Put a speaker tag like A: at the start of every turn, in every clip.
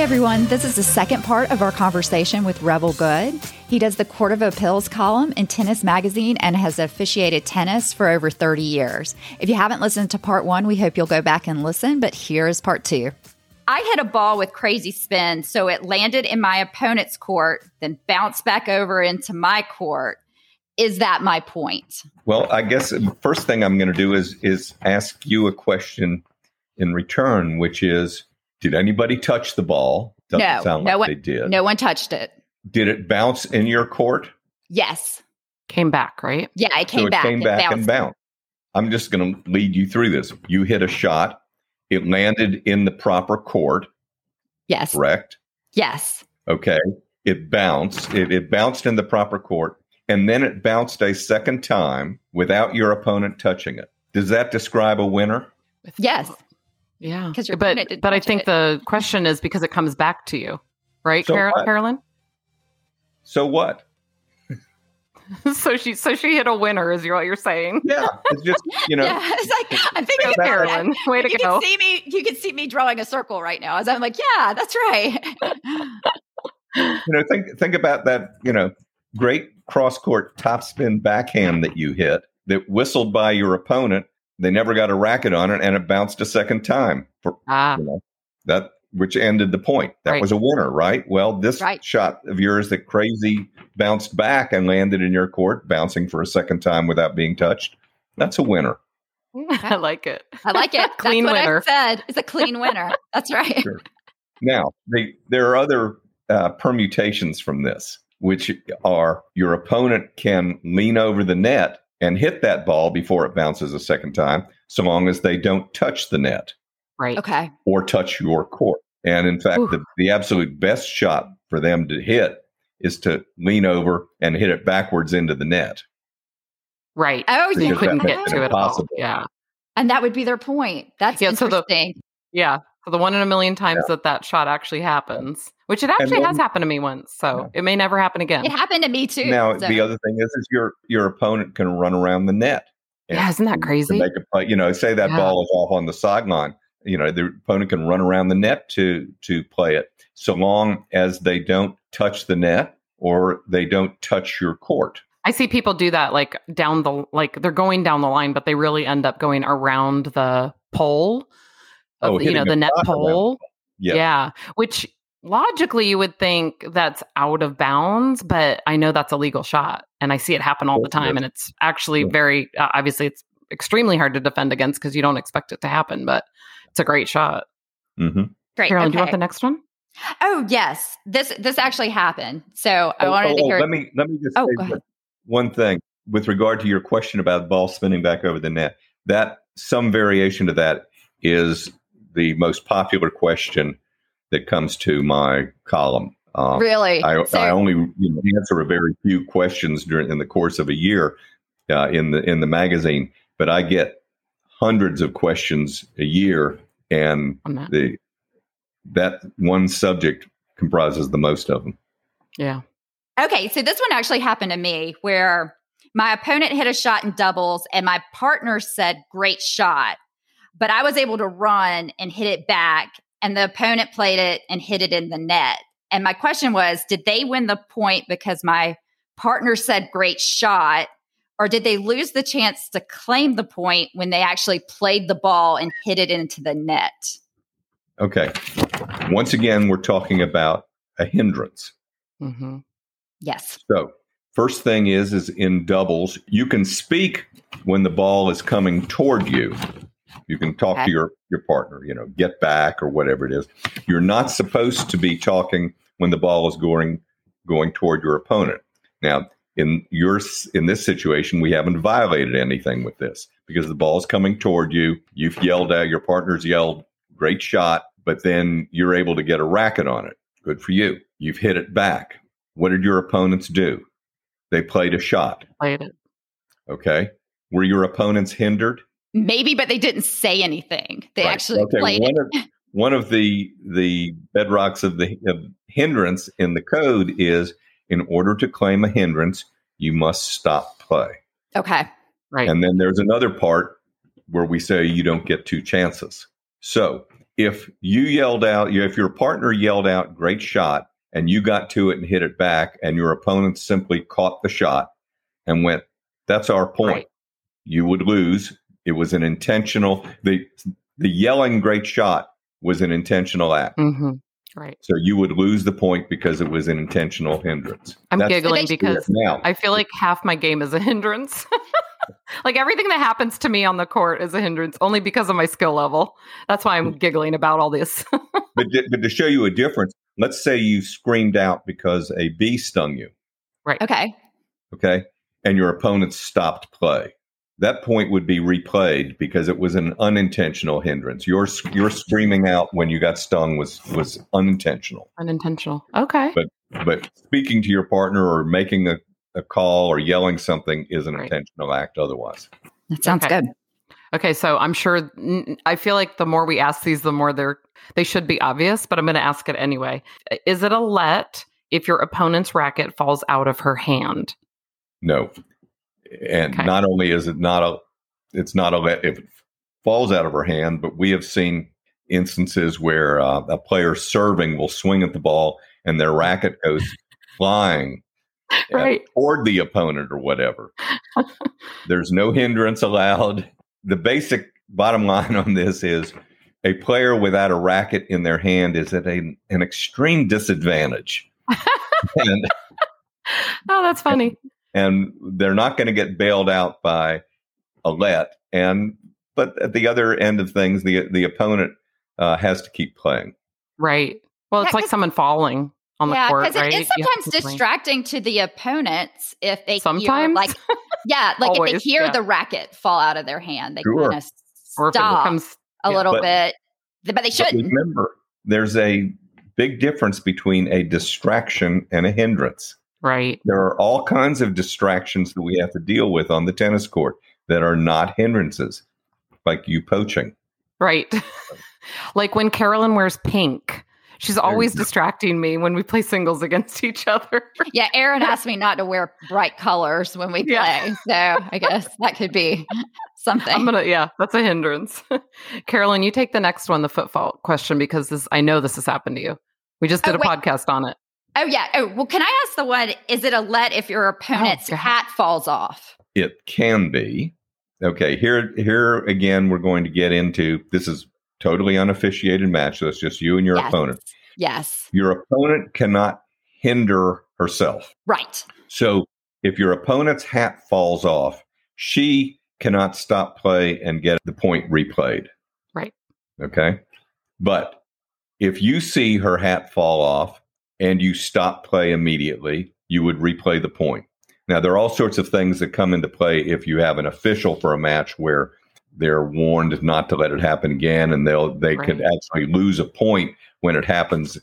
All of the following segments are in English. A: everyone. This is the second part of our conversation with Rebel Good. He does the Cordova Pills column in Tennis Magazine and has officiated tennis for over 30 years. If you haven't listened to part one, we hope you'll go back and listen, but here is part two.
B: I hit a ball with crazy spin, so it landed in my opponent's court, then bounced back over into my court. Is that my point?
C: Well, I guess the first thing I'm going to do is is ask you a question in return, which is, did anybody touch the ball? Doesn't
B: no,
C: sound
B: no
C: like
B: one,
C: they did.
B: No one touched it.
C: Did it bounce in your court?
B: Yes.
D: Came back, right?
B: Yeah, it came
C: so it
B: back.
C: came
B: and
C: back
B: bounced.
C: and bounced. I'm just going to lead you through this. You hit a shot. It landed in the proper court,
B: Yes.
C: correct?
B: Yes.
C: Okay. It bounced. It, it bounced in the proper court, and then it bounced a second time without your opponent touching it. Does that describe a winner?
D: With-
B: Yes.
D: Yeah.
B: 'Cause your
D: but
B: opponent didn't
D: but I
B: touch
D: think
B: it.
D: the question is because it comes back to you, right,
C: So
D: Carol
C: what?
D: Carolyn?
C: So what?
D: so she so she hit a winner, is what you're saying,
C: Yeah, it's just you know.
B: yeah. It's like I'm thinking
C: Back-
B: about that.
D: Carolyn? Way to
B: you
D: go!
B: can see me. You can see me drawing a circle right now as I'm like, yeah, that's right.
C: you know think think about that you know great cross court topspin backhand that you hit that whistled by your opponent they never got a racket on it and it bounced a second time for
D: Ah,
C: that which ended the point that
D: Right.
C: was a winner right well this
B: Right.
C: shot of yours that crazy bounced back and landed in your court bouncing for a second time without being touched that's a winner
D: I like it.
B: I like it.
D: Clean
B: that's what
D: winner.
B: I said it's a clean winner. That's right.
C: Sure. Now, they, there are other uh, permutations from this, which are your opponent can lean over the net and hit that ball before it bounces a second time, so long as they don't touch the net
D: Right.
B: Okay.
C: or touch your court. And in fact,
D: Oof.
C: the, the absolute best shot for them to hit is to lean over and hit it backwards into the net.
D: Right.
B: Oh,
C: Because
D: You
B: yeah.
C: that
D: couldn't
C: makes
D: get
C: it
D: to it at all.
C: impossible.
D: Yeah.
B: And that would be their point. That's
D: Yeah, so the-
B: interesting.
D: Yeah. So the one in a million times that that shot actually happens, which it actually
C: then-
D: has happened to me once. So it may never happen again.
B: it happened to me too.
C: now,
B: so-
C: the other thing is, is your your opponent can run around the net.
D: Yeah, isn't
C: to
D: that crazy?
C: make a play. You know, say that
D: Yeah.
C: ball is off on the sideline. You know, the opponent can run around the net to to play it, so long as they don't touch the net or they don't touch your court.
D: I see people do that like down the like they're going down the line, but they really end up going around the pole of
C: Oh,
D: the- you know
C: hitting
D: the
C: a
D: net
C: shot around the
D: pole.
C: Yeah.
D: which logically you would think that's out of bounds, but I know that's a legal shot, and I see it happen all
C: Sure
D: the
C: it is.
D: time, and it's actually
C: Yeah.
D: very uh, obviously it's extremely hard to defend against because you don't expect it to happen, but it's a great shot.
C: hmm
B: Great.
D: Carolyn, do you
B: okay.
D: want the next one?
B: oh yes, this this actually happened. So I wanted to hear.
C: Oh, Let me let me just
B: Oh, go
C: say
B: ahead.
C: one thing with regard to your question about the ball spinning back over the net. That some variation to that is the most popular question that comes to my column. Um,
B: really.
C: I,
B: So-
C: I only you know, answer a very few questions during in the course of a year uh, in the in the magazine, but I get hundreds of questions a year, and
D: On that.
C: the that one subject comprises the most of them.
D: Yeah.
B: Okay, so this one actually happened to me where my opponent hit a shot in doubles and my partner said, Great shot. But I was able to run and hit it back, and the opponent played it and hit it in the net. And my question was, Did they win the point because my partner said, Great shot? Or did they lose the chance to claim the point when they actually played the ball and hit it into the net?
C: Okay, once again, we're talking about a hindrance.
D: hmm
B: Yes.
C: So, first thing is is in doubles, you can speak when the ball is coming toward you. You can talk
B: Okay.
C: to your your partner, you know, get back or whatever it is. You're not supposed to be talking when the ball is going going toward your opponent. Now, in your s- in this situation, we haven't violated anything with this because the ball is coming toward you. You've yelled out, your partner's yelled, "Great shot!" But then you're able to get a racket on it. Good for you. You've hit it back. What did your opponents do? They played a shot.
D: Played it.
C: Okay. Were your opponents hindered?
B: Maybe, but they didn't say anything. They
C: Right.
B: actually played
C: one
B: it.
C: Of, one of the the bedrocks of the of hindrance in the code is in order to claim a hindrance, you must stop play.
B: Okay.
D: Right.
C: And then there's another part where we say you don't get two chances. So if you yelled out, you- if your partner yelled out, great shot, and you got to it and hit it back, and your opponent simply caught the shot and went, that's our point,
D: Right.
C: you would lose. It was an intentional, the, the yelling great shot was an intentional act.
D: hmm Right.
C: So you would lose the point because it was an intentional hindrance.
D: I'm
C: That's-
D: giggling
B: It makes-
D: because
C: now.
D: I feel like half my game is a hindrance. like everything that happens to me on the court is a hindrance only because of my skill level. That's why
B: Mm.
D: I'm giggling about all this.
C: but, to, but to show you a difference, let's say you screamed out because a bee stung you,
B: Okay.
C: okay, and your opponent stopped play. That point would be replayed because it was an unintentional hindrance. Your s- your screaming out when you got stung was was unintentional.
D: Unintentional. Okay.
C: But speaking to your partner or making a, a call or yelling something is an
D: Right.
C: intentional act. Otherwise,
A: That sounds
D: Okay.
A: good.
D: Okay, so I'm sure n- I feel like the more we ask these the more they're they should be obvious, but I'm going to ask it anyway. Is it a let if your opponent's racket falls out of her hand?
C: no. And
D: Okay.
C: not only is it not a, it's not a let if it falls out of her hand, but we have seen instances where uh, a player serving will swing at the ball and their racket goes flying Yeah.
D: Right.
C: toward the opponent or whatever. There's no hindrance allowed. The basic bottom line on this is a player without a racket in their hand is at a, an extreme disadvantage. and
D: Oh, that's funny.
C: and they're not going to get bailed out by a let. And but at the other end of things, the the opponent uh, has to keep playing.
D: Right. Well, it's
B: Yeah,
D: like
B: 'cause-
D: someone falling on the court,
B: it
D: right?
B: is
D: You have
B: sometimes
D: to complain.
B: distracting to the opponents if they hear,
D: Sometimes?
B: like yeah, like if
D: Always,
B: they hear
D: yeah.
B: the racket fall out of their hand, they
C: Sure.
B: kind of
D: Or if it
B: stop
D: becomes-
B: a
D: yeah.
B: little
C: But-
B: bit, Th- but they
C: But
B: shouldn't.
C: remember, there's a big difference between a distraction and a hindrance.
D: right.
C: There are all kinds of distractions that we have to deal with on the tennis court that are not hindrances, like you poaching.
D: Right. like when Carolyn wears pink, she's
C: you
D: always
C: go.
D: distracting me when we play singles against each other.
B: Yeah, Aaron asked me not to wear bright colors when we play,
D: Yeah.
B: so I guess that could be something.
D: I'm gonna, yeah, that's a hindrance. Carolyn, you take the next one, the footfall question, because this I know this has happened to you. We just
B: Oh,
D: did a
B: wait.
D: podcast on it.
B: oh yeah. Oh well, can I ask the one? Is it a let if your opponent's
D: Oh, God.
B: hat falls off?
C: it can be okay here here again we're going to get into this is totally unofficiated match so it's just you and your
B: Yes.
C: opponent
B: Yes.
C: your opponent cannot hinder herself
B: Right.
C: so if your opponent's hat falls off she cannot stop play and get the point replayed
D: Right.
C: okay but if you see her hat fall off and you stop play immediately you would replay the point now, there are all sorts of things that come into play if you have an official for a match where they're warned not to let it happen again, and they'll they could
D: Right.
C: actually lose a point when it happens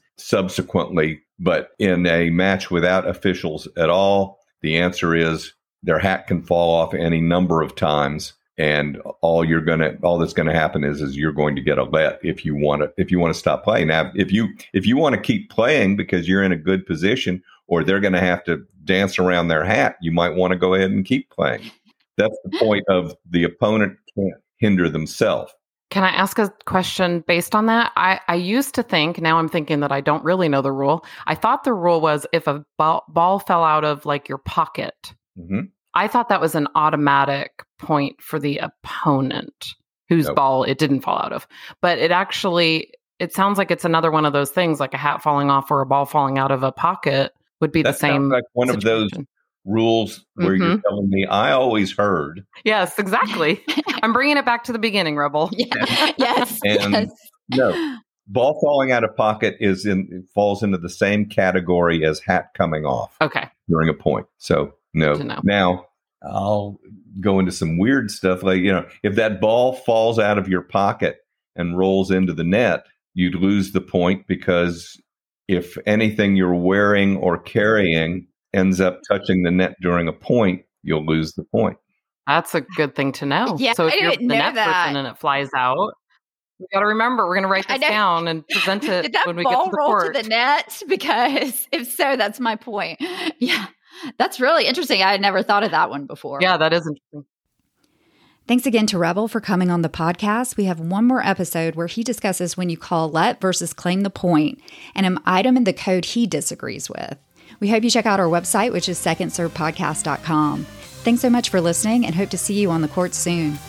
C: subsequently. But in a match without officials at all, the answer is their hat can fall off any number of times, and all you're gonna all that's gonna happen is is you're going to get a let if you want to if you want to stop playing. Now, if you if you want to keep playing because you're in a good position, or they're going to have to dance around their hat, you might want to go ahead and keep playing. That's the point of the opponent can't hinder themselves.
D: Can I ask a question based on that? I, I used to think, now I'm thinking that I don't really know the rule. I thought the rule was if a ball, ball fell out of like your pocket,
C: hmm
D: I thought that was an automatic point for the opponent whose
C: Nope.
D: ball it didn't fall out of. But it actually it sounds like it's another one of those things like a hat falling off or a ball falling out of a pocket would be
C: That
D: the
C: sounds
D: same
C: like one of those
D: situation. Mm-hmm.
C: rules where you're telling me I always heard,
D: Yes, exactly. I'm bringing it back to the beginning, Rebel.
B: Yeah. yes.
C: And-
B: yes.
C: no. ball falling out of pocket is in it falls into the same category as hat coming off
D: Okay.
C: during a point. So no.
D: Good to know.
C: Now I'll go into some weird stuff like you know if that ball falls out of your pocket and rolls into the net, you'd lose the point because if anything you're wearing or carrying ends up touching the net during a point, you'll lose the point.
D: That's a good thing to know.
B: Yeah,
D: so if
B: I
D: you're the
B: didn't know
D: net
B: that.
D: person and it flies out, we got to remember we're going to write
B: I
D: this
B: know.
D: down and present it
B: Did that
D: when we get
B: ball
D: to the
B: roll
D: court.
B: to the net? Because if so, that's my point. Yeah. That's really interesting. I had never thought of that one before.
D: yeah, that is interesting.
B: Thanks again to Rebel for coming on the podcast. We have one more episode where he discusses when you call let versus claim the point and an item in the code he disagrees with. We hope you check out our website, which is secondservepodcast.com. Thanks so much for listening and hope to see you on the court soon.